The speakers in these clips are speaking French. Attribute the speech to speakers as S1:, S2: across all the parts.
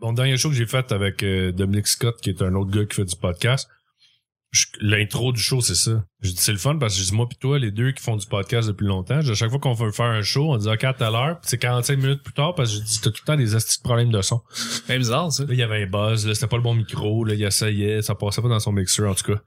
S1: Mon dernier show que j'ai fait avec euh, Dominique Scott, qui est un autre gars qui fait du podcast, je- l'intro du show, c'est ça. Je dis, c'est le fun parce que je dis, moi pis toi, les deux qui font du podcast depuis longtemps, je dis, à chaque fois qu'on veut faire un show, on dit, OK, à tout à l'heure, pis c'est 45 minutes plus tard parce que je dis, t'as tout le temps des astuces de problèmes de son.
S2: C'est bizarre, ça.
S1: Là, il y avait un buzz, là, c'était pas le bon micro, là, il essayait, ça passait pas dans son mixeur, en tout cas.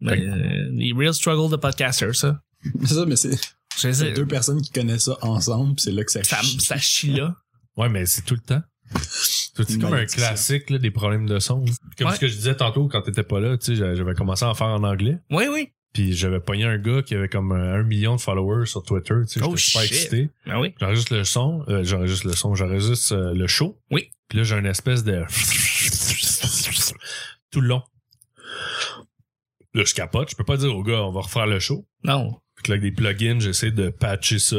S2: Mais, euh, les real struggles de podcasters, ça.
S3: C'est ça, mais c'est
S2: Je sais,
S3: deux personnes qui connaissent ça ensemble, puis c'est là que ça,
S2: ça,
S3: chie.
S2: ça chie là.
S1: Ouais, mais c'est tout le temps. C'est
S3: Une
S1: comme un
S3: malédiction.
S1: classique là, des problèmes de son. Comme
S2: Ouais.
S1: ce que je disais tantôt quand t'étais pas là, tu sais, j'avais j'avais commencé à en faire en anglais.
S2: Oui, oui.
S1: Puis j'avais pogné un gars qui avait comme euh, un million de followers sur Twitter. Tu sais,
S2: Oh,
S1: j'étais super
S2: shit.
S1: excité.
S2: Ah oui.
S1: J'enregistre le son, euh, j'enregistre le son, j'enregistre euh, le show.
S2: Oui.
S1: Puis là, j'ai une espèce de. tout le long. Là, je capote. Je peux pas dire au gars, on va refaire le show.
S2: Non.
S1: Puis que là, avec des plugins, j'essaie de patcher ça.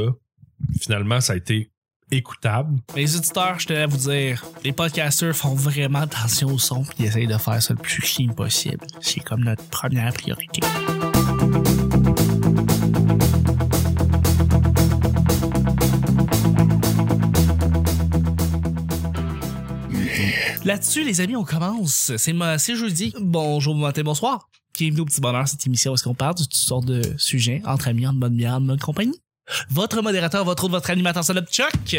S1: Finalement, ça a été écoutable.
S2: Les auditeurs, je tenais à vous dire, les podcasters font vraiment attention au son et essayent de faire ça le plus clean possible. C'est comme notre première priorité. Là-dessus, les amis, on commence. C'est ma- c'est jeudi. Bonjour, bon matin, bonsoir. Bienvenue au petit bonheur, cette émission où est-ce qu'on parle de toutes sortes de sujets entre amis, en bonne bière, en bonne compagnie. Votre modérateur, votre autre, votre animateur, c'est le Chuck.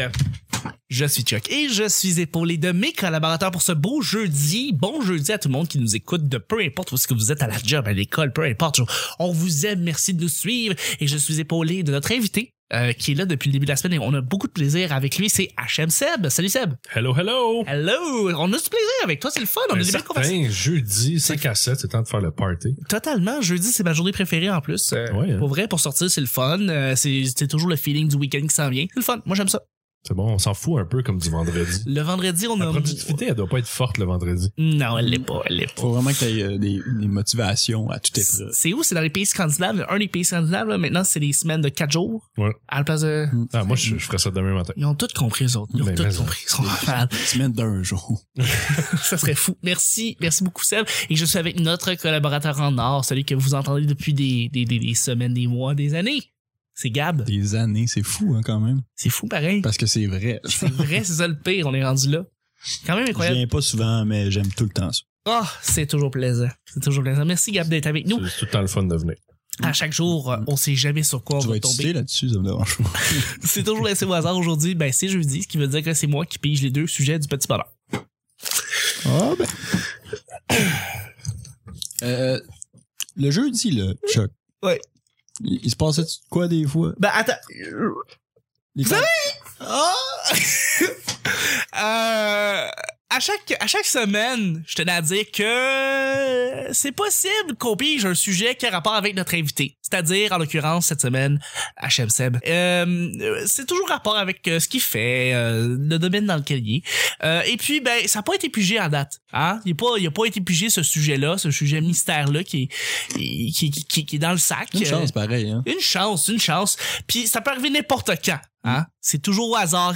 S2: Je suis Chuck et je suis épaulé de mes collaborateurs pour ce beau jeudi. Bon jeudi à tout le monde qui nous écoute de peu importe où est-ce que vous êtes à la job, à l'école, peu importe. On vous aime, merci de nous suivre et je suis épaulé de notre invité euh, qui est là depuis le début de la semaine et on a beaucoup de plaisir avec lui. C'est HM Seb. Salut Seb.
S1: Hello, hello!
S2: Hello! On a du plaisir avec toi, c'est le fun, on a
S1: Ben,
S2: des belles
S1: certain,
S2: conversations.
S1: jeudi, 5 à 7, c'est temps de faire le party.
S2: Totalement, jeudi, c'est ma journée préférée en plus. Euh,
S1: Ouais, hein.
S2: Pour vrai, pour sortir, c'est le fun. Euh, c'est c'est toujours le feeling du week-end qui s'en vient. C'est le fun, moi j'aime ça.
S1: C'est bon, on s'en fout un peu comme du vendredi.
S2: Le vendredi, on
S1: La
S2: a...
S1: productivité, elle doit pas être forte le vendredi.
S2: Non, elle l'est pas, elle l'est pas.
S3: Faut vraiment que t'aies euh, des, des motivations à toute épreuve.
S2: C'est où? C'est dans les pays scandinaves. Un des pays scandinaves, là, maintenant, c'est des semaines de 4 jours.
S1: Ouais.
S2: À la place de...
S3: Mm.
S1: Ah, moi, je, je ferais ça demain matin.
S2: Ils ont tout compris, eux autres. Ils ont
S1: Ben, mais
S2: tout
S1: non.
S2: compris. Ils sont malades.
S3: Semaine d'un jour.
S2: Ça serait fou. Merci, merci beaucoup, Seb. Et je suis avec notre collaborateur en or, celui que vous entendez depuis des, des, des, des semaines, des mois, des années. C'est Gab.
S3: Des années, c'est fou, hein, quand même.
S2: C'est fou, pareil.
S3: Parce que c'est vrai.
S2: C'est vrai, c'est ça le pire. On est rendu là. Quand même
S3: Je
S2: incroyable.
S3: viens pas souvent, mais j'aime tout le temps ça.
S2: Ah, c'est toujours plaisant. C'est toujours plaisant. Merci, Gab, d'être avec nous.
S1: C'est tout le temps le fun de venir.
S2: À chaque jour, euh, on sait jamais sur quoi on
S3: tu vas
S2: va
S3: être
S2: tomber.
S3: cité là-dessus, ça me dérange pas.
S2: C'est toujours laissé au hasard aujourd'hui. Ben, c'est jeudi, ce qui veut dire que c'est moi qui pige les deux sujets du petit bonheur.
S3: Ah ben. Euh, le jeudi, là, Chuck.
S2: Ouais.
S3: Il, il se passait quoi des fois?
S2: Ben, attends.
S3: Les
S2: Vous Ah! Euh, à chaque, à chaque semaine, je tenais à dire que c'est possible qu'on pige un sujet qui a rapport avec notre invité. C'est-à-dire, en l'occurrence, cette semaine, HM Seb. Euh, euh, c'est toujours rapport avec euh, ce qu'il fait, euh, le domaine dans lequel il est. Euh, et puis, ben, ça n'a pas été pigé en date. Hein? Il n'a pas, il a pas été pigé ce sujet-là, ce sujet mystère-là qui est, qui, qui, qui, qui est dans le sac.
S3: une
S2: Euh,
S3: chance, pareil, hein.
S2: une chance, une chance. Puis ça peut arriver n'importe quand. Hein? C'est toujours au hasard.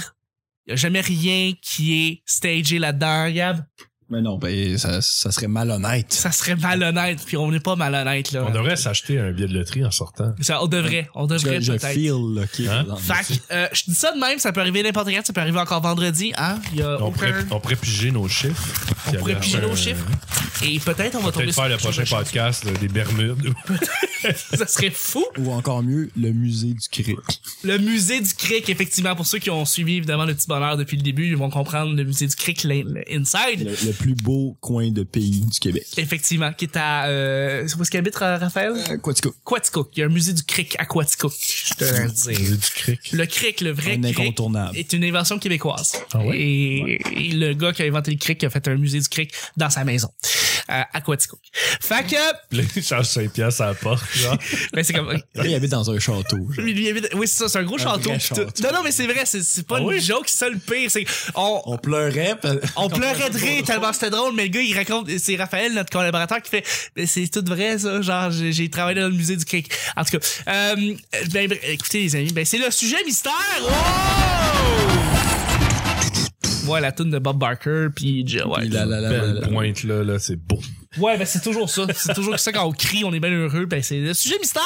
S2: Il n'y a jamais rien qui est stagé là-dedans, Gab.
S3: Mais non, ben, ça, ça serait malhonnête.
S2: Ça serait malhonnête, puis on n'est pas malhonnête, là.
S1: On devrait s'acheter un billet de loterie en sortant.
S2: Ça, on devrait, on devrait
S3: Je, je
S2: peut-être.
S3: feel, là, qu'il y a
S1: Hein?
S3: dans le-
S2: Fait que, euh, je dis ça de même, ça peut arriver n'importe quand, ça peut arriver encore vendredi, hein? Il y a
S1: On
S2: aucun-
S1: pourrait, on pourrait piger nos chiffres.
S2: on pourrait piger nos chiffres. Et peut-être on va tomber
S1: Peut-être faire le
S2: quelque chose
S1: prochain
S2: de chance.
S1: podcast là, des Bermudes.
S2: Ça serait fou.
S3: Ou encore mieux, le musée du cric.
S2: Le musée du cric, effectivement, pour ceux qui ont suivi évidemment le petit bonheur depuis le début, ils vont comprendre le musée du cric, l'in- l'inside.
S3: Le, le plus beau coin de pays du Québec.
S2: Effectivement, qui est à... Euh, c'est où est-ce qu'habite Ra- Raphaël?
S3: Euh, Quoi, tu
S2: Quaticook. Il y a un musée du cric à Quaticook. Je te le dis.
S1: du cric.
S2: Le cric, le vrai
S3: un
S2: cric,
S3: incontournable.
S2: est une invention québécoise.
S1: Ah ouais?
S2: et, et le gars qui a inventé le cric a fait un musée du cric dans sa maison. euh, à Quaticook. Fait que...
S1: Là, il change 5 piastres à la porte. genre.
S2: Ben c'est comme...
S3: Lui, il habite dans un château. genre.
S2: Lui, lui, évidemment- Oui, c'est ça, c'est un gros
S3: Un
S2: château.
S3: vrai
S2: Tout-
S3: château.
S2: Non, non, mais c'est vrai, c'est c'est pas
S1: Ah
S2: une
S1: oui?
S2: joke, c'est ça le pire. C'est on,
S3: On pleurait. pa-
S2: on pleurait de rire tellement c'était drôle, mais le gars, il raconte, c'est Raphaël, notre collaborateur, qui fait, Mais c'est tout vrai, ça, genre, j'ai j'ai travaillé dans le musée du cric. En tout cas, euh, ben, br- écoutez, les amis, ben, c'est le sujet mystère! Oh! Ouais, la toune de Bob Barker, puis, Joe- ouais.
S3: Puis la- la- la- la-
S1: Belle
S3: la-
S2: euh,
S1: pointe là, là c'est beau.
S2: Ouais, ben c'est toujours ça. C'est toujours ça quand on crie, on est bien heureux. Ben c'est le sujet mystère.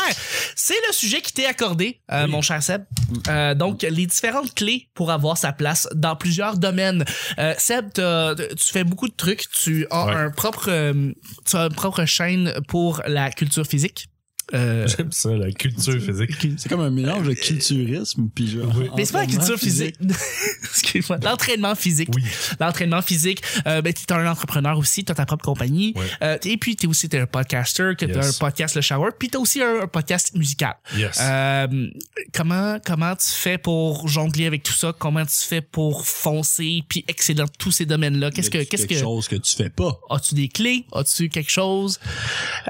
S2: C'est le sujet qui t'est accordé, euh, mon cher Seb. Euh, donc les différentes clés pour avoir sa place dans plusieurs domaines. Euh, Seb, t'as- tu fais beaucoup de trucs. Tu as
S1: Ouais.
S2: un propre, euh, tu as une propre chaîne pour la culture physique. Euh,
S1: J'aime ça, la culture physique.
S3: C'est comme un mélange de culturisme puis genre.
S1: Oui.
S2: mais c'est pas la culture physique. Excuse-moi. L'entraînement physique.
S1: Oui.
S2: l'entraînement physique. Euh, ben, t'es un entrepreneur aussi, t'as ta propre compagnie.
S1: Ouais.
S2: Euh, et puis, t'es aussi t'es un podcaster, que t'as
S1: Yes.
S2: un podcast Le Shower, puis t'as aussi un, un podcast musical.
S1: Yes.
S2: Euh, comment comment tu fais pour jongler avec tout ça? Comment tu fais pour foncer puis excellent dans tous ces domaines-là? Qu'est-ce que qu'est-ce
S3: Quelque
S2: que
S3: chose que tu fais pas.
S2: as-tu des clés? As-tu quelque chose?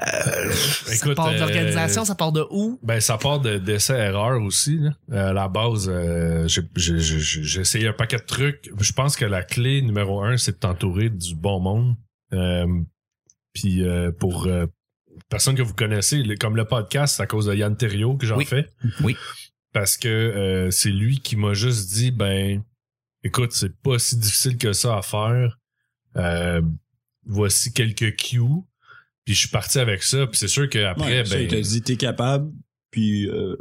S2: Euh, ça
S1: Écoute,
S2: part de
S1: euh,
S2: l'organisation, ça part de où?
S1: Ben, ça part de d'essais-erreurs aussi. Là. Euh, À la base, euh, j'ai- j'ai j'ai- j'ai essayé un paquet de trucs. Je pense que la clé numéro un, c'est de t'entourer du bon monde. Euh, Puis euh, pour euh, personne que vous connaissez, le- comme le podcast, c'est à cause de Yann Thériault que j'en
S2: Oui.
S1: fais.
S2: Oui.
S1: Parce que euh, c'est lui qui m'a juste dit, ben, écoute, c'est pas si difficile que ça à faire. Euh, voici quelques cues. Puis je suis parti avec ça. Puis c'est sûr qu'après,
S3: Ouais, ça, il
S1: ben...
S3: t'a dit, t'es capable, puis euh,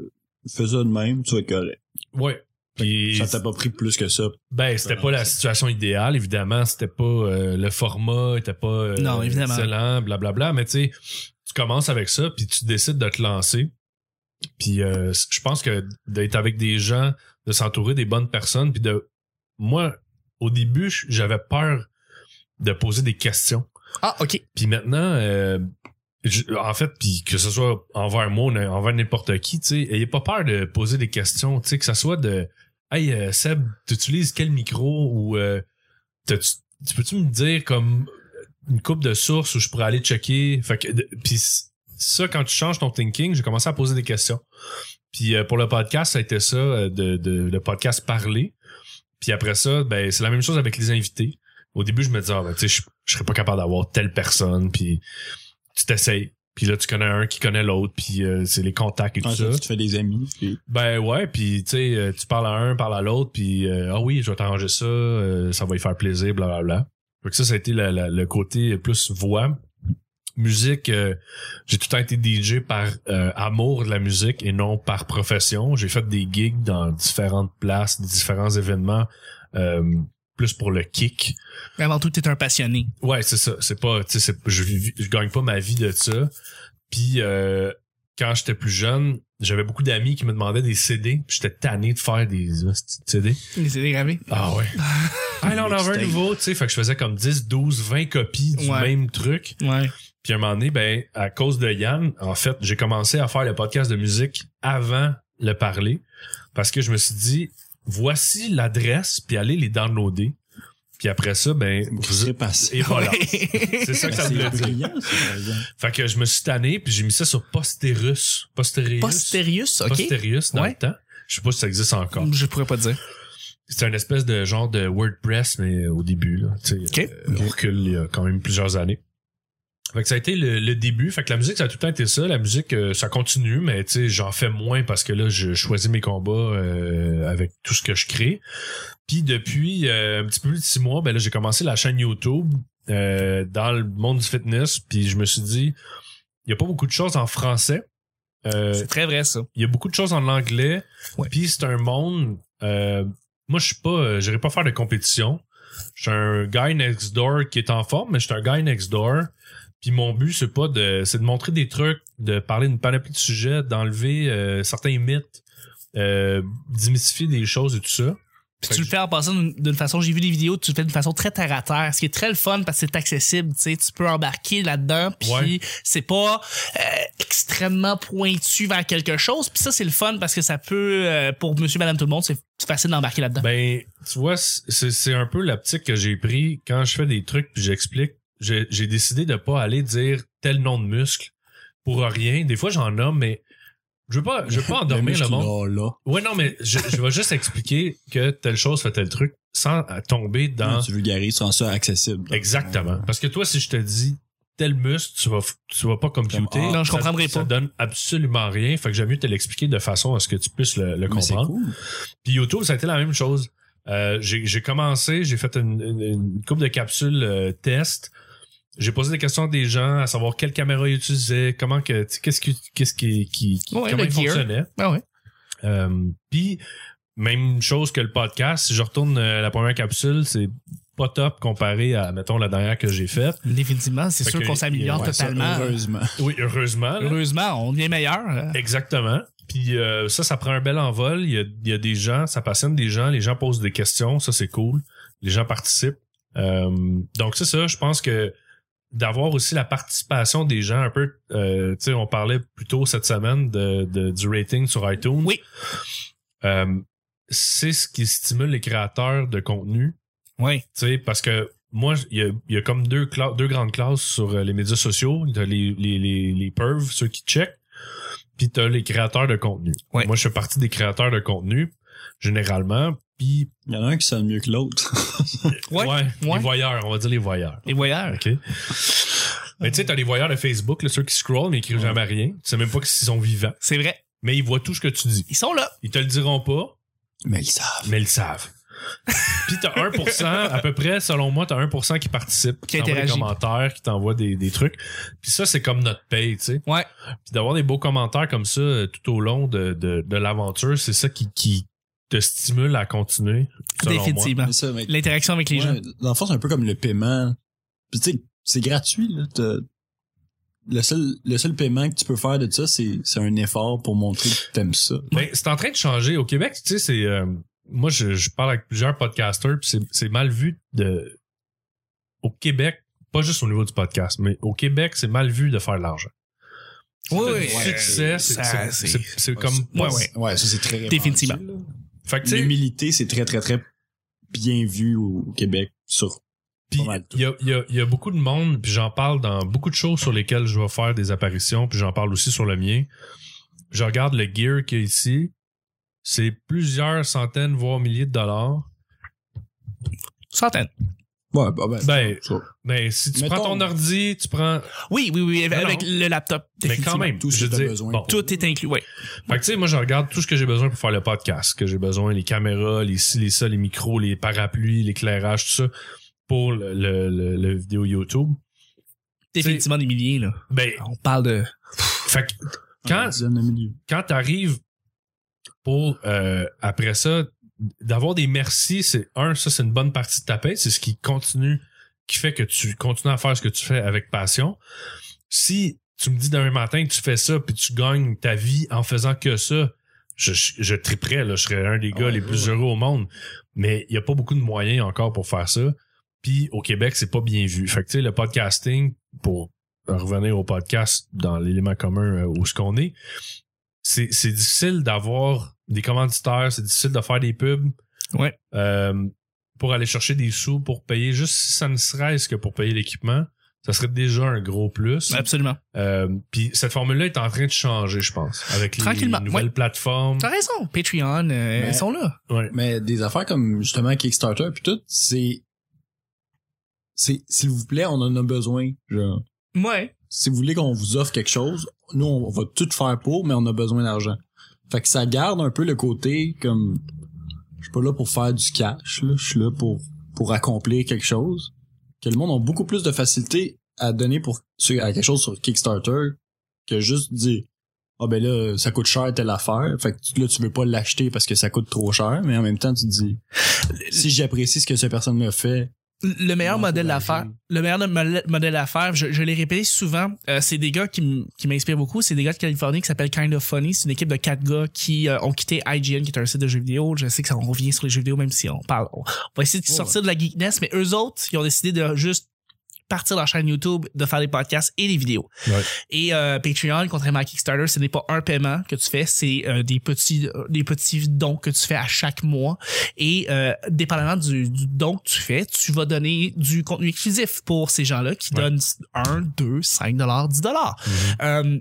S3: fais ça de même, tu vas être correct.
S1: Ouais. Puis,
S3: Ça t'a pas pris plus que ça.
S1: ben, c'était pas la situation idéale, évidemment. C'était pas euh, le format, était pas euh,
S2: Non, évidemment.
S1: excellent, blablabla. Mais tu sais, tu commences avec ça, puis tu décides de te lancer. Puis, euh, c- je pense que d'être avec des gens, de s'entourer des bonnes personnes, puis de. Moi, au début, j- j'avais peur de poser des questions.
S2: Ah, ok.
S1: Puis maintenant, euh, je- en fait, puis que ce soit envers moi ou envers n'importe qui, tu sais, ayez pas peur de poser des questions, tu sais, que ça soit de Hey euh, Seb, t'utilises quel micro ou euh, t'as-tu- tu peux-tu me dire comme euh, une coupe de sources où je pourrais aller checker? Fait que de- puis c- ça, quand tu changes ton thinking, j'ai commencé à poser des questions. Puis euh, pour le podcast, ça a été ça, euh, de, de- le podcast parler. Puis après ça, ben c'est la même chose avec les invités au début, je me disais, ah, ben, tu sais, je, je serais pas capable d'avoir telle personne, puis tu t'essayes. Puis là, tu connais un qui connaît l'autre, puis euh, c'est les contacts et tout ça.
S3: Ensuite, tu fais des amis. puis-
S1: Ben ouais, puis tu sais, euh, tu parles à un, parles à l'autre, puis euh, ah oui, je vais t'arranger ça, euh, ça va lui faire plaisir, blablabla. Fait que ça, ça a été la- la- le côté plus voix. Musique, euh, j'ai tout le temps été DJ par euh, amour de la musique et non par profession. J'ai fait des gigs dans différentes places, différents événements, euh, plus pour le kick.
S2: Mais Avant tout, t'es un passionné.
S1: Ouais, c'est ça. C'est pas, tu sais, c'est- je, vis- je gagne pas ma vie de ça. Puis euh, quand j'étais plus jeune, j'avais beaucoup d'amis qui me demandaient des CD. puis J'étais tanné de faire des euh, petits CD.
S2: Mais c'est dégravé.
S1: Ah ouais. ah là, on en veut un
S3: Mixtape.
S1: nouveau, tu sais. Fait que je faisais comme 10, 12, 20 copies du
S2: Ouais.
S1: même truc.
S2: Ouais.
S1: Puis à un moment donné, ben, à cause de Yann, en fait, j'ai commencé à faire le podcast de musique avant le parler parce que je me suis dit, voici l'adresse, puis allez les downloader. Puis après ça, ben, vous...
S3: C'est passé.
S1: Et voilà.
S2: c'est
S1: C'est ça que ça
S3: C'est
S1: voulait dire.
S3: brillant, ça, par exemple.
S1: Fait que je me suis tanné, puis j'ai mis ça sur Posterus. Posterus.
S2: Postérius, ok.
S1: Posterus dans
S2: Ouais.
S1: le temps. Je sais pas si ça existe encore.
S2: Je pourrais pas te dire.
S1: C'est un espèce de genre de WordPress, mais euh, au début, là. Tu sais,
S2: Ok.
S1: euh, on recule il y a quand même plusieurs années. Fait que ça a été le, le début. Fait que la musique, ça a tout le temps été ça. La musique, euh, ça continue, mais tu sais, j'en fais moins parce que là, je choisis mes combats euh, avec tout ce que je crée. Puis depuis euh, un petit peu plus de six mois, ben là, j'ai commencé la chaîne YouTube euh, dans le monde du fitness. Puis je me suis dit, il n'y a pas beaucoup de choses en français. Euh,
S2: C'est très vrai, ça.
S1: il y a beaucoup de choses en anglais.
S2: Ouais.
S1: Puis c'est un monde. euh, moi, je suis pas. euh, J'irai pas faire de compétition. Je suis un guy next door qui est en forme, mais je suis un guy next door. Puis mon but, c'est pas de. C'est de montrer des trucs, de parler d'une panoplie de sujets, d'enlever euh, certains mythes, euh, d'imystifier des choses et tout ça.
S2: Puis tu le fais en passant d'une- d'une façon, j'ai vu des vidéos, tu le fais d'une façon très terre à terre, ce qui est très le fun parce que c'est accessible, tu sais, tu peux embarquer là-dedans, puis
S1: Ouais.
S2: c'est pas euh, extrêmement pointu vers quelque chose, puis ça c'est le fun parce que ça peut, euh, pour monsieur, madame, tout le monde, c'est facile d'embarquer là-dedans.
S1: Ben, tu vois, c'est c'est un peu l'optique que j'ai pris quand je fais des trucs puis j'explique. J'ai j'ai décidé de pas aller dire tel nom de muscle pour rien. Des fois, j'en nomme, mais je veux pas, je veux pas endormir le
S3: muscle,
S1: monde.
S3: là, là.
S1: Ouais, non, mais je, je vais juste expliquer que telle chose fait tel truc sans euh, tomber dans.
S3: Non, Tu vulgarises, tu rends ça accessible.
S1: Exactement. Parce que toi, si je te dis tel muscle, tu vas, f- tu vas pas computer.
S3: Comme, ah,
S2: Non, je
S1: Ça-
S2: comprendrais
S1: Ça
S2: pas.
S1: donne absolument rien. Fait que j'aime mieux te l'expliquer de façon à ce que tu puisses le, le
S3: Mais c'est
S1: comprendre.
S3: cool.
S1: Puis YouTube, ça a été la même chose. Euh, j'ai j'ai commencé, j'ai fait une, une, une couple de capsules euh, test. j'ai posé des questions à des gens à savoir quelle caméra ils utilisaient, comment que, tu sais, qu'est-ce qui, qu'est-ce qui, qui- qui-
S2: Ouais,
S1: comment
S2: le
S1: ils
S2: gear.
S1: fonctionnaient.
S2: Ah ouais.
S1: Euh, Puis, même chose que le podcast, si je retourne euh, la première capsule, c'est pas top comparé à, mettons, la dernière que j'ai faite.
S2: Définitivement, c'est
S1: Fait
S2: sûr
S1: que-
S2: qu'on s'améliore
S1: ouais,
S2: totalement.
S3: heureusement.
S1: Oui, heureusement. là.
S2: Heureusement, on est meilleur. hein.
S1: Exactement. Puis euh, ça, ça prend un bel envol. Il y a, il y a des gens, ça passionne des gens, les gens posent des questions, ça c'est cool. Les gens participent. Euh, donc c'est ça, je pense que d'avoir aussi la participation des gens un peu, euh, tu sais, on parlait plus tôt cette semaine de, de- du rating sur iTunes.
S2: Oui.
S1: Euh, c'est ce qui stimule les créateurs de contenu.
S2: Oui.
S1: Tu sais, parce que moi, il y a, il y a comme deux, cla- deux grandes classes sur euh, les médias sociaux. T'as les, les, les, les pervs, ceux qui checkent, puis t'as les créateurs de contenu.
S2: Ouais.
S1: Moi, je fais partie des créateurs de contenu, généralement, puis
S3: Il y en a un qui sonne mieux que l'autre.
S2: Ouais.
S1: les voyeurs, on va dire les voyeurs.
S2: Les voyeurs.
S1: OK. Mais tu sais, t'as les voyeurs de Facebook, là, ceux qui scrollent mais qui écrivent
S3: Ouais.
S1: jamais rien. Tu sais même pas s'ils sont vivants.
S2: C'est vrai.
S1: Mais ils voient tout ce que tu dis.
S2: Ils sont là.
S1: Ils te le diront pas,
S3: Mais ils savent.
S1: mais ils le savent. Puis t'as 1%, à peu près, selon moi, t'as 1% qui participe,
S2: Qui
S1: t'envoie des
S2: interagit.
S1: commentaires, qui t'envoie des, des trucs. Puis ça, c'est comme notre paye, tu sais.
S2: Ouais.
S1: Puis d'avoir des beaux commentaires comme ça euh, tout au long de, de, de l'aventure, c'est ça qui, qui te stimule à continuer, selon moi.
S2: Définitivement.
S3: Mais ça, mais-
S2: L'interaction avec les
S3: Ouais,
S2: gens.
S3: Dans le fond, c'est un peu comme le paiement. Puis tu sais, c'est gratuit. Là. T'as- Le, seul, le seul paiement que tu peux faire de ça, c'est c'est un effort pour montrer que t'aimes ça.
S1: Ben, c'est en train de changer. Au Québec, tu sais, c'est... euh, moi, je, je parle avec plusieurs podcasters, puis c'est, c'est mal vu de... Au Québec, pas juste au niveau du podcast, mais au Québec, c'est mal vu de faire de l'argent.
S2: Oui,
S1: Le succès, c'est-
S2: ça,
S1: c'est-
S2: c'est-
S1: c'est c'est comme...
S2: Ouais, ouais.
S3: Ouais, ça, c'est très répandu,
S2: Définitivement.
S3: là.
S1: Fait que, tu sais,
S3: L'humilité, c'est très, très, très bien vu au Québec sur
S1: Puis
S3: Pas mal tout.
S1: il y a, il y a- il y a beaucoup de monde, puis j'en parle dans beaucoup de choses sur lesquelles je vais faire des apparitions, puis j'en parle aussi sur le mien. Je regarde le gear qu'il y a ici, c'est plusieurs centaines, voire milliers de dollars.
S2: Centaines.
S3: Ouais, bah, ben,
S1: Ben,
S3: ça.
S1: ben si tu
S3: Mettons-
S1: prends ton ordi, tu prends...
S2: Oui, oui, oui,
S1: Non,
S2: avec
S1: non.
S2: le laptop.
S1: Mais quand
S2: définitivement.
S1: même,
S3: tout ce
S1: je
S3: que t'as
S1: veux dire,
S3: besoin.
S1: bon.
S2: Tout est inclus, oui.
S1: Fait que tu sais, moi, je regarde tout ce que j'ai besoin pour faire le podcast. Que j'ai besoin, les caméras, les ci, les ça, les micros, les parapluies, l'éclairage, tout ça, pour le, le, le- le vidéo YouTube.
S2: Définitivement des milliers, là.
S1: Ben,
S2: On parle de...
S1: fait que
S3: Une
S1: quand,
S3: dizaine de milliers.
S1: quand t'arrives pour euh, après ça d'avoir des merci c'est un ça c'est une bonne partie de ta paie c'est ce qui continue qui fait que tu continues à faire ce que tu fais avec passion si tu me dis demain matin que tu fais ça puis tu gagnes ta vie en faisant que ça je, je, je triperais là je serais un des gars
S3: Ah Ouais,
S1: les
S3: ouais,
S1: plus
S3: ouais.
S1: heureux au monde mais il y a pas beaucoup de moyens encore pour faire ça puis au Québec c'est pas bien vu fait que tu sais le podcasting pour revenir au podcast dans l'élément commun euh, où ce qu'on est c'est c'est difficile d'avoir des commanditaires, c'est difficile de faire des pubs.
S2: Ouais.
S1: Euh, pour aller chercher des sous pour payer, juste si ça ne serait que pour payer l'équipement, ça serait déjà un gros plus.
S2: Absolument.
S1: Euh, Puis cette formule-là est en train de changer, je pense, avec les
S2: Tranquillement,
S1: nouvelles plateformes.
S2: T'as raison. Patreon, euh,
S3: Mais-
S2: ils sont là.
S1: Ouais.
S3: Mais des affaires comme justement Kickstarter puis tout, c'est c'est s'il vous plaît, on en a besoin. Genre,
S2: Ouais.
S3: si vous voulez qu'on vous offre quelque chose, nous on va tout faire pour, mais on a besoin d'argent. Fait que ça garde un peu le côté comme je suis pas là pour faire du cash, là, je suis là pour pour accomplir quelque chose. Que le monde a beaucoup plus de facilité à donner pour sur- à quelque chose sur Kickstarter que juste dire ah ben là ça coûte cher telle affaire fait que là tu veux pas l'acheter parce que ça coûte trop cher mais en même temps tu te dis si j'apprécie ce que cette personne me fait
S2: Le meilleur
S3: L'encourager.
S2: modèle d'affaires, le meilleur de- mo- modèle d'affaires, je, je l'ai répété souvent, euh, c'est des gars qui, m- qui m'inspirent beaucoup, c'est des gars de Californie qui s'appellent Kind of Funny, c'est une équipe de quatre gars qui euh, ont quitté IGN, qui est un site de jeux vidéo. Je sais que ça on revient sur les jeux vidéo même si on parle, on va essayer de
S3: Ouais.
S2: sortir de la geekness, mais eux autres, ils ont décidé de juste partir de leur chaîne YouTube, de faire des podcasts et des vidéos.
S1: Ouais.
S2: Et euh, Patreon, contrairement à Kickstarter, ce n'est pas un paiement que tu fais, c'est euh, des petits euh, des petits dons que tu fais à chaque mois. Et euh, dépendamment du, du don que tu fais, tu vas donner du contenu exclusif pour ces gens-là qui
S1: Ouais.
S2: donnent 1, 2, 5 dollars, 10 dollars. Euh,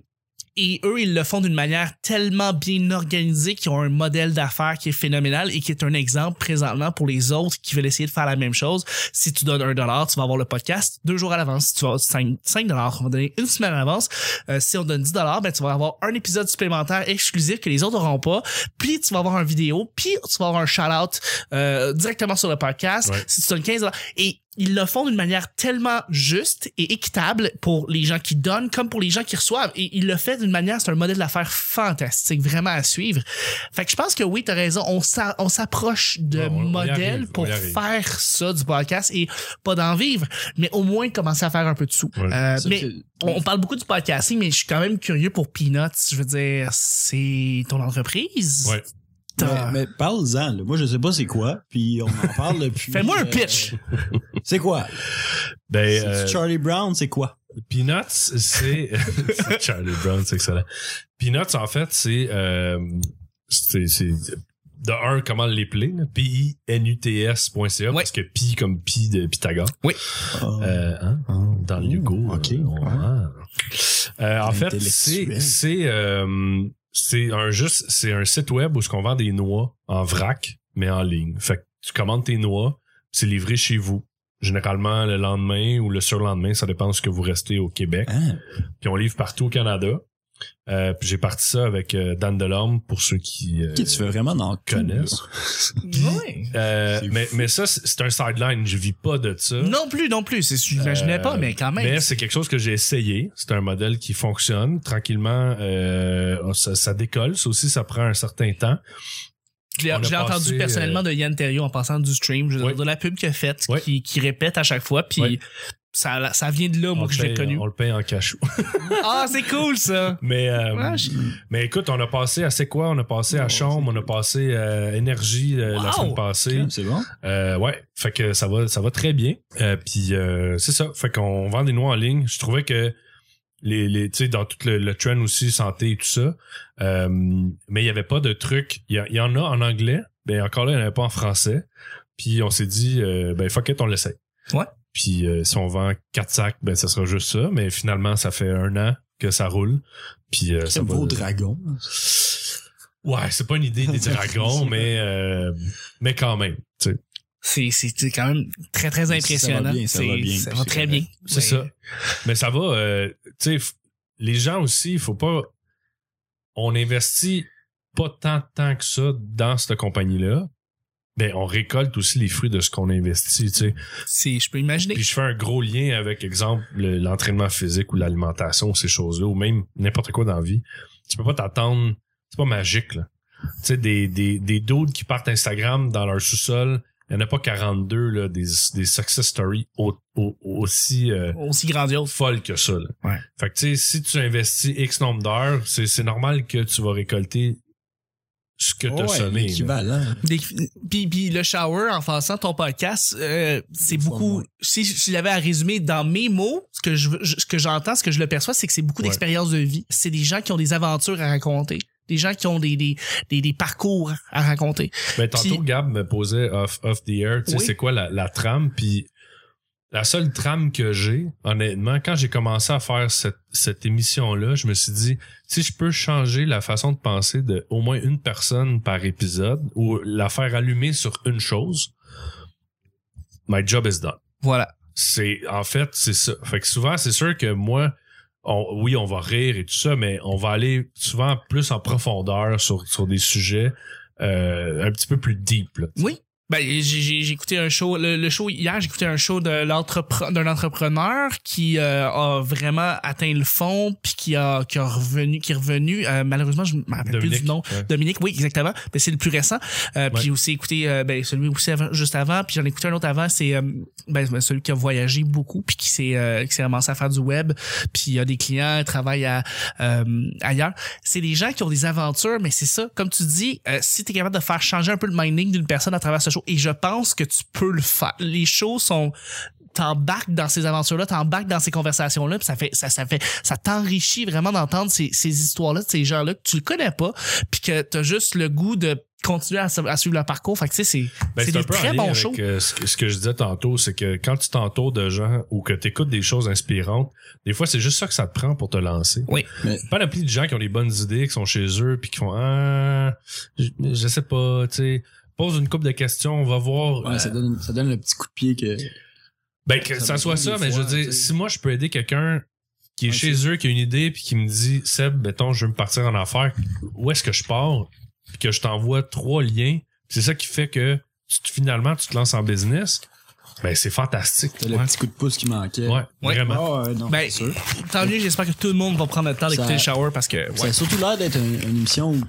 S2: et eux, ils le font d'une manière tellement bien organisée qu'ils ont un modèle d'affaires qui est phénoménal et qui est un exemple présentement pour les autres qui veulent essayer de faire la même chose. Si tu donnes un dollar, tu vas avoir le podcast deux jours à l'avance. Si tu as 5, dollars, on va donner une semaine à l'avance. Euh, si on donne 10 dollars, ben, tu vas avoir un épisode supplémentaire exclusif que les autres n'auront pas. Puis tu vas avoir une vidéo. Puis tu vas avoir un shout-out euh, directement sur le podcast.
S1: Ouais.
S2: Si tu donnes 15 dollars. Et ils le font d'une manière tellement juste et équitable pour les gens qui donnent comme pour les gens qui reçoivent. Et il le fait d'une manière, c'est un modèle d'affaires fantastique, vraiment à suivre. Fait que je pense que oui, t'as raison, on s'a- on s'approche de
S1: Ouais, on- on y
S2: modèles
S1: arrive,
S2: pour
S1: on y arrive.
S2: faire ça du podcast et pas d'en vivre, mais au moins commencer à faire un peu de sous.
S1: Ouais.
S2: Euh,
S3: Ça,
S2: mais
S3: c'est-
S2: on, on parle beaucoup du podcasting, mais je suis quand même curieux pour Peanuts. Je veux dire, c'est ton entreprise.
S1: Ouais.
S2: T'as-
S3: Mais, mais parle-en, là. Moi, je sais pas c'est quoi, puis on en parle depuis.
S2: Fais-moi un
S3: euh,
S2: pitch.
S3: C'est quoi?
S1: Ben,
S3: C'est-
S1: euh,
S3: Charlie Brown, c'est quoi?
S1: Peanuts, c'est c'est Charlie Brown, c'est excellent. Peanuts, en fait, c'est euh, c'est c'est- de un comment l'épeler, là, P-I-N-U-T-S.ca,
S2: Ouais.
S1: parce que pi comme pi de Pythagore. Euh, hein? Dans le
S3: Oh,
S1: Hugo.
S3: ok,
S1: euh, on-
S3: ouais.
S1: ah. Euh, en fait, c'est
S3: Intellectuel.
S1: c'est euh, c'est un juste c'est un site web où ce qu'on vend des noix en vrac mais en ligne. Fait que tu commandes tes noix, c'est livré chez vous. Généralement le lendemain ou le surlendemain, ça dépend de ce que vous restez au Québec.
S3: Hein?
S1: Puis on livre partout au Canada. Euh, puis j'ai parti ça avec euh, Dan Delorme pour ceux qui euh,
S3: Ok, tu veux vraiment dans
S1: connaissent.
S2: Ouais.
S1: Euh,
S3: C'est
S1: mais mais ça c'est c'est un sideline, je vis pas de ça.
S2: Non plus, non plus. C'est- Je
S1: Euh,
S2: l'imaginais pas, mais quand même.
S1: Mais c'est quelque chose que j'ai essayé. C'est un modèle qui fonctionne tranquillement. euh, ça, ça décolle. Ça aussi, ça prend un certain temps.
S2: Je l'ai-
S1: on a
S2: je l'ai entendu
S1: passé,
S2: personnellement
S1: euh,
S2: de Yann Terriot en passant du stream, je veux dire,
S1: Ouais.
S2: de la pub qu'il a faite,
S1: Ouais.
S2: qui, qui répète à chaque fois, puis
S1: Ouais.
S2: ça, ça vient de là,
S1: on,
S2: moi,
S1: le
S2: que je l'ai
S1: paye-
S2: connu.
S1: on le paye en cachou.
S2: Ah, c'est cool, ça!
S1: Mais, euh,
S2: Ouais, je-
S1: mais écoute, on a passé à C'est quoi? On a passé à
S3: Oh,
S1: Chambre, on a passé à Énergie euh,
S2: Wow!
S1: la semaine passée.
S3: C'est bon?
S1: Euh, ouais, fait que ça va, ça va très bien. Euh, puis euh, c'est ça, fait qu'on vend des noix en ligne. Je trouvais que les, les tu sais, dans tout le, le trend aussi santé et tout ça, euh, mais il y avait pas de truc. Il y, a- il y en a en anglais, mais encore là, il n'y en avait pas en français. Puis on s'est dit, euh, ben fuck it, on l'essaie.
S2: Ouais.
S1: Puis euh, si on vend quatre sacs, ben ça sera juste ça. Mais finalement, ça fait un an que ça roule. Puis euh,
S3: C'est
S1: ça
S3: un
S1: va.
S3: beau dragon.
S1: Ouais, c'est pas une idée des dragons, mais euh, mais quand même, tu sais.
S2: C'est c'est quand même très, très
S3: va
S2: impressionnant.
S3: bien, ça va
S2: C'est-
S3: bien,
S2: Ça
S3: puis
S2: va
S3: c'est
S2: très bien.
S3: correct.
S1: C'est
S2: Mais-
S1: ça. Mais ça va, euh, tu sais, f- les gens aussi, il faut pas. On investit pas tant de temps que ça dans cette compagnie-là. Ben, on récolte aussi les fruits de ce qu'on investit, tu sais.
S2: C'est, je peux imaginer.
S1: Puis je fais un gros lien avec, exemple, le- l'entraînement physique ou l'alimentation, ces choses-là, ou même n'importe quoi dans la vie. Tu peux pas t'attendre. C'est pas magique, là. Tu sais, des, des, des dudes qui partent Instagram dans leur sous-sol, il n'y en a pas 42, là, des, des success stories au- au- aussi. euh,
S2: Aussi grandiose.
S1: folle que ça. là.
S2: Ouais.
S1: Fait que tu sais, si tu investis X nombre d'heures, c'est c'est normal que tu vas récolter ce que tu as
S3: Ouais,
S1: semé. là.
S3: l'équivalent.
S2: Des- Puis, puis le shower, en faisant ton podcast, euh, c'est
S3: Fois
S2: beaucoup.
S3: moins.
S2: Si si je l'avais à résumer dans mes mots, ce que je veux- je- ce que j'entends, ce que je le perçois, c'est que c'est beaucoup
S1: Ouais.
S2: d'expériences de vie. C'est des gens qui ont des aventures à raconter, des gens qui ont des des, des, des parcours à raconter.
S1: Ben, tantôt,
S2: Puis-
S1: Gab me posait off, off the air, tu sais,
S2: Oui.
S1: c'est quoi la, la trame? Puis la seule trame que j'ai, honnêtement, quand j'ai commencé à faire cette, cette émission-là, je me suis dit, si je peux changer la façon de penser de au moins une personne par épisode ou la faire allumer sur une chose, my job is done.
S2: Voilà.
S1: c'est en fait c'est ça fait que souvent c'est sûr que moi on, oui on va rire et tout ça mais on va aller souvent plus en profondeur sur, sur des sujets euh, un petit peu plus deep là.
S2: Oui. Ben, j'ai- j'ai j'ai écouté un show, le, le show hier, j'ai écouté un show de l'entrepre- d'un entrepreneur qui euh, a vraiment atteint le fond, puis qui a, qui a revenu, qui est revenu. euh, malheureusement, je m'en rappelle plus
S1: Dominique,
S2: du nom.
S1: ouais.
S2: Dominique, oui, exactement. Ben, c'est le plus récent. Euh, Puis aussi écouté euh, ben, celui aussi avant- juste avant. Puis j'en ai écouté un autre avant. C'est euh, ben, ben, celui qui a voyagé beaucoup puis qui s'est euh, qui s'est commencé à faire du web. Puis il y a des clients, ils travaillent à, euh, ailleurs. C'est des gens qui ont des aventures, mais c'est ça. Comme tu dis, euh, si tu es capable de faire changer un peu le minding d'une personne à travers ce show, et je pense que tu peux le faire. Les shows sont t'embarques dans ces aventures-là, t'embarques dans ces conversations-là, puis ça fait, ça, ça fait, ça t'enrichit vraiment d'entendre ces, ces histoires-là de ces gens-là que tu le connais pas, puis que t'as juste le goût de continuer à, à suivre leur parcours. Fait que tu sais,
S1: Ben,
S2: c'est, c'est
S1: un
S2: des
S1: peu en
S2: très
S1: lien
S2: bons
S1: avec,
S2: shows.
S1: euh, ce, que, ce que je disais tantôt, c'est que quand tu t'entoures de gens ou que tu écoutes des choses inspirantes, des fois, c'est juste ça que ça te prend pour te lancer.
S2: Oui.
S3: Mais-
S1: Pas l'appli de gens qui ont des bonnes idées, qui sont chez eux, puis qui font Ah, je, je sais pas, tu sais, pose une couple de questions, on va voir.
S3: Ouais, ça, donne, ça donne le petit coup de pied que.
S1: Ben, que ça,
S3: Ça va
S1: soit
S3: être
S1: ça,
S3: des
S1: mais je
S3: fois,
S1: veux dire,
S3: tu sais.
S1: si moi je peux aider quelqu'un qui est
S3: Ouais,
S1: chez eux, qui a une idée, puis qui me dit, Seb, mettons, je veux me partir en affaires, où est-ce que je pars? Puis que je t'envoie trois liens, c'est ça qui fait que tu, te- finalement, tu te lances en business. Ben, c'est fantastique.
S3: T'as le
S1: Ouais.
S3: petit coup de pouce qui manquait.
S1: Ouais, vraiment.
S3: Ah ouais, non,
S2: Ben,
S3: c'est sûr.
S1: euh,
S2: tant mieux, j'espère que tout le monde va prendre le temps d'écouter
S3: Ça-
S2: le shower parce que.
S3: Ça a
S2: Ouais.
S3: surtout l'air d'être un- une émission où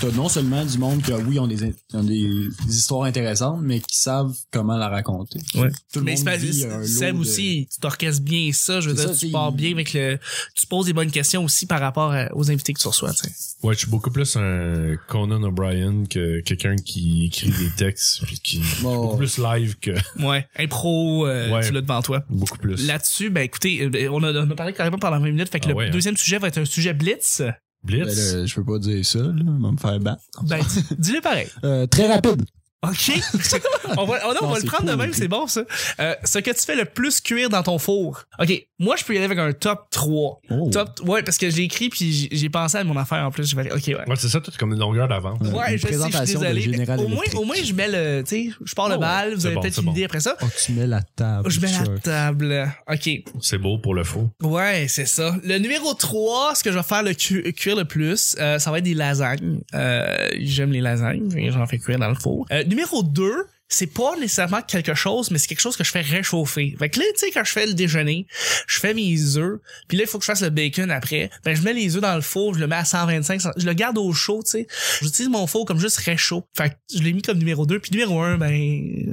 S3: t'as non seulement du monde qui, a- oui, ont des, in- ont des histoires intéressantes, mais qui savent comment la raconter.
S2: Ouais.
S3: Tout le
S2: Mais
S3: monde
S2: c'est pas-
S3: vit un lot
S2: Seb
S3: de-
S2: aussi, tu t'orchestres bien ça. Je veux
S3: C'est
S2: dire,
S3: ça,
S2: tu
S3: t'sais,
S2: pars
S3: il-
S2: bien avec le. Tu poses des bonnes questions aussi par rapport à- aux invités que tu reçois, tu sais.
S1: Ouais, je suis beaucoup plus un Conan O'Brien que quelqu'un qui écrit des textes puis qui
S3: Bon,
S1: beaucoup plus live que
S2: Ouais. Impro, euh,
S1: Ouais.
S2: tu l'as devant toi.
S1: beaucoup plus.
S2: Là-dessus, ben écoutez, euh, ben, on a, on a parlé carrément pendant 20 minutes. Fait que
S1: Ah
S2: le
S1: ouais, hein.
S2: deuxième sujet va être un sujet blitz.
S3: ben
S1: Blitz.
S3: là, je peux pas dire ça, là, on va me faire battre.
S2: Ben, dis- dis-le pareil.
S3: Euh, très rapide.
S2: OK. on va, oh non, on
S3: Non,
S2: va le
S3: c'est
S2: prendre de
S3: cool,
S2: même,
S3: ok.
S2: c'est bon ça. Euh, ce que tu fais le plus cuire dans ton four. OK, moi je peux y aller avec un top 3.
S3: Oh.
S2: Top, ouais, parce que j'ai écrit puis j'ai- j'ai pensé à mon affaire en plus. J'ai fait, OK, ouais.
S1: Ouais, c'est ça, t'as comme une longueur d'avance.
S3: Ouais.
S2: Ouais,
S3: une
S2: je sais, je suis
S3: présentation de
S2: désolé.
S3: General
S2: Au moins,
S3: Electric.
S2: au moins, je mets le, tu sais, je pars le
S1: Oh,
S2: bal, vous
S1: c'est
S2: avez
S1: bon,
S2: peut-être
S1: c'est
S2: une
S1: bon.
S2: idée après ça.
S3: Oh, tu mets la table.
S2: Je mets la
S3: Chuck.
S2: table. OK.
S1: C'est beau pour le faux.
S2: Ouais, c'est ça. Le numéro 3, ce que je vais faire le cu- cuire le plus, euh, ça va être des lasagnes. Euh, J'aime les lasagnes, et j'en fais cuire dans le four. Euh, numéro 2, c'est pas nécessairement quelque chose, mais c'est quelque chose que je fais réchauffer. Fait que là, tu sais, quand je fais le déjeuner, je fais mes œufs, puis là, il faut que je fasse le bacon après. Ben, je mets les œufs dans le four, je le mets à 125, je le garde au chaud, tu sais. J'utilise mon four comme juste réchaud. Fait que je l'ai mis comme numéro 2, puis numéro 1, ben,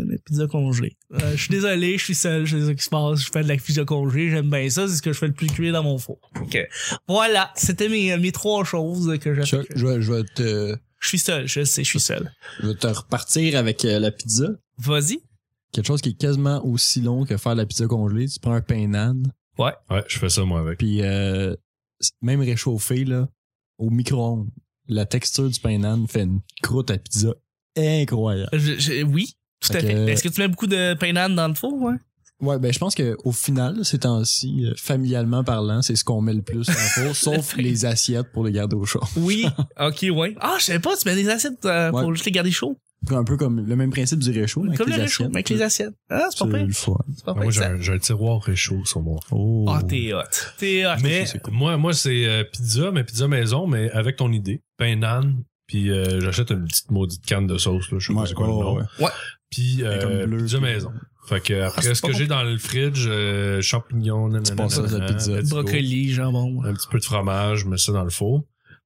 S2: la pizza congelée. Euh, je suis désolé, je suis seul, je sais ce qui se passe, je fais de la pizza congelée, j'aime bien ça, c'est ce que je fais le plus cuire dans mon four. Ok. Voilà, c'était mes, mes trois choses que je
S3: Chuck, je vais, je vais te,
S2: Je suis seul, je sais, je suis seul.
S3: je vais te repartir avec euh, la pizza.
S2: Vas-y.
S3: Quelque chose qui est quasiment aussi long que faire la pizza congelée. Tu prends un pain nan,
S1: Ouais, je fais ça moi avec.
S3: puis euh, même réchauffé là, au micro-ondes, la texture du pain nan fait une croûte à pizza incroyable.
S2: Je- je- oui, tout à
S3: Fait
S2: fait.
S3: que-
S2: Est-ce que tu mets beaucoup de pain d'âne dans le four, ouais?
S3: Ouais, ben je pense que au final, ces temps-ci, euh, familialement parlant, c'est ce qu'on met le plus en four, sauf les assiettes pour les garder au chaud.
S2: Oui. ok, ouais. Ah, je savais pas, tu mets des assiettes euh,
S3: Ouais.
S2: pour juste les garder chauds.
S3: Un peu comme le même principe du réchaud, mais avec
S2: Comme
S3: les
S2: le réchaud,
S3: assiettes.
S2: mais avec les assiettes. Ah, c'est pas
S3: C'est
S2: pire.
S3: le fun.
S2: C'est pas
S1: Ah,
S2: pire,
S1: moi, j'ai
S2: ça.
S1: un, j'ai un tiroir réchaud sur mon fond.
S3: Oh.
S2: Ah, t'es hot. T'es hot.
S1: Ah, Mais moi, moi c'est euh, pizza, mais pizza maison, mais avec ton idée. Pain nan, puis euh, j'achète une petite maudite canne de sauce, là, je sais pas
S3: Ouais,
S1: c'est quoi
S3: oh,
S1: le nom.
S3: ouais.
S1: Puis euh,
S3: comme bleu,
S1: pizza
S3: puis-
S1: maison. Fait que après,
S2: c'est
S1: ce
S2: pas
S1: que j'ai dans le fridge, euh, champignons, nanana,
S3: penses à la
S1: nanana,
S3: pizza.
S1: let's go.
S2: Brocoli, jambon.
S1: un petit peu de fromage, je mets ça dans le four.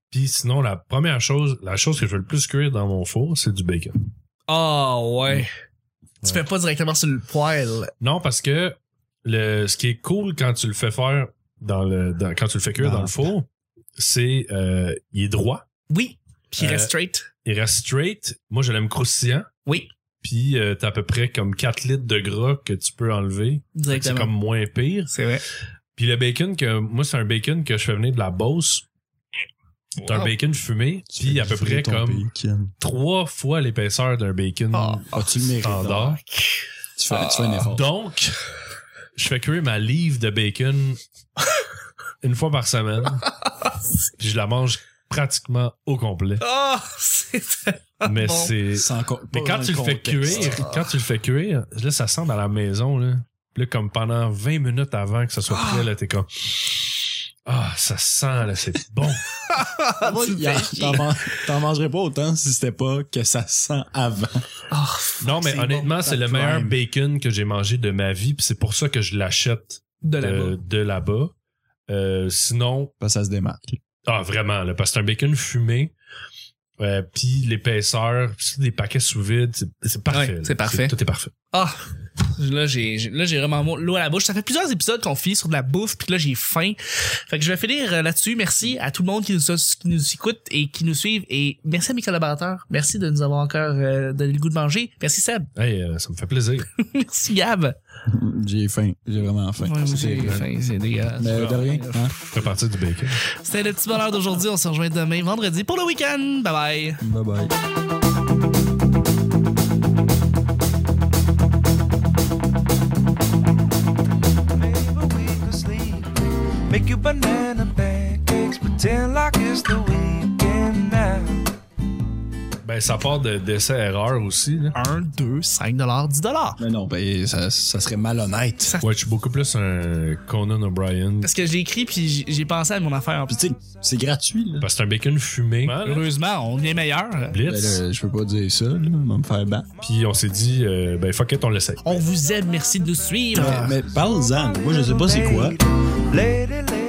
S1: Puis sinon, la première chose, la chose que je veux le plus cuire dans mon four, c'est du bacon.
S2: Ah ouais. Tu
S1: Ouais.
S2: fais pas directement sur le poêle.
S1: Non, parce que le, ce qui est cool quand tu le fais faire dans le, dans- quand tu le fais cuire
S3: Dans-
S1: dans le four, c'est euh, il est droit,
S2: Oui. Puis il
S1: Euh,
S2: reste straight.
S1: il reste straight. Moi, je l'aime croustillant.
S2: Oui.
S1: Puis euh, t'as à peu près comme 4 litres de gras que tu peux enlever. C'est
S2: Directement.
S1: comme moins pire.
S2: C'est vrai.
S1: Puis le bacon que moi c'est un bacon que je fais venir de la Beauce. C'est un
S2: Wow.
S1: bacon fumé,
S3: Tu
S1: puis
S3: fais
S1: à peu
S3: griller
S1: près
S3: ton
S1: comme
S3: bacon.
S1: trois fois l'épaisseur d'un bacon
S2: Ah.
S3: Ah, tu le mérites.
S1: standard. Ah,
S3: Tu fais, tu fais un
S2: Oh.
S3: effort.
S1: Donc, je fais cuire ma livre de bacon une fois par semaine. puis je la mange pratiquement au complet.
S2: Ah, c'est
S1: Mais
S2: Ah bon.
S1: c'est.
S3: Sans co-
S1: Mais
S3: pas
S1: quand
S3: dans
S1: tu le fais
S3: contexte.
S1: cuire, quand tu le fais cuire, là, ça sent dans la maison, là. Puis là, comme pendant 20 minutes avant que ça soit prêt, là, t'es comme. Ah, ça sent, là, c'est bon.
S3: Ah, moi, y a- T'en man- t'en mangerais pas autant si c'était pas que ça sent avant.
S2: Ah,
S1: Non, mais
S2: c'est
S1: honnêtement,
S2: bon,
S1: c'est
S2: ça
S1: le meilleur
S2: prime.
S1: bacon que j'ai mangé de ma vie, puis c'est pour ça que je l'achète
S2: de la
S1: de, de là-bas. Euh, sinon,
S3: Parce que ça se démarque.
S1: Ah, vraiment, là, parce que c'est un bacon fumé. Euh, puis l'épaisseur, pis c'est des paquets sous vide, c'est- c'est parfait.
S2: Ouais,
S1: là.
S2: c'est parfait.
S1: Tout est parfait.
S2: Ah, là j'ai j'ai- là j'ai vraiment mo- l'eau à la bouche. Ça fait plusieurs épisodes qu'on finit sur de la bouffe puis que là j'ai faim. Fait que je vais finir euh, là-dessus. Merci à tout le monde qui nous a- qui nous écoute et qui nous suivent et merci à mes collaborateurs. Merci de nous avoir encore euh, donné le goût de manger. Merci Seb.
S1: Hey, euh, ça me fait plaisir.
S2: Merci Gab.
S3: J'ai faim. J'ai vraiment faim.
S2: Ouais,
S3: C'est-
S2: j'ai faim, c'est dégueulasse.
S3: Mais de rien. hein?
S1: Fais partie du bacon.
S2: C'était le petit bonheur d'aujourd'hui. On se rejoint demain vendredi pour le week-end. Bye bye.
S3: Bye bye.
S4: Maybe we could sleep. Make you banana pancakes, pretend like it's the weekend now.
S1: Ben, ça part de d'essais-erreurs aussi. Là.
S2: 1, 2, 5 dollars, 10 dollars.
S3: Mais non, ben, ça, ça serait malhonnête.
S1: Ouais, je suis beaucoup plus un Conan O'Brien.
S2: Parce que j'ai écrit puis j'ai- j'ai pensé à mon affaire.
S3: Puis tu sais, c'est gratuit, là.
S1: Parce que c'est un bacon fumé.
S2: Heureusement, on est meilleur.
S1: Blitz.
S3: Ben là, je peux pas dire ça, là. On va me faire battre.
S1: Puis on s'est dit, euh, ben fuck it, on l'essaye.
S3: Ah.
S2: On vous aime, merci de nous suivre.
S3: Mais, mais parle-en. Moi, je sais pas c'est quoi.
S4: Lady, lady.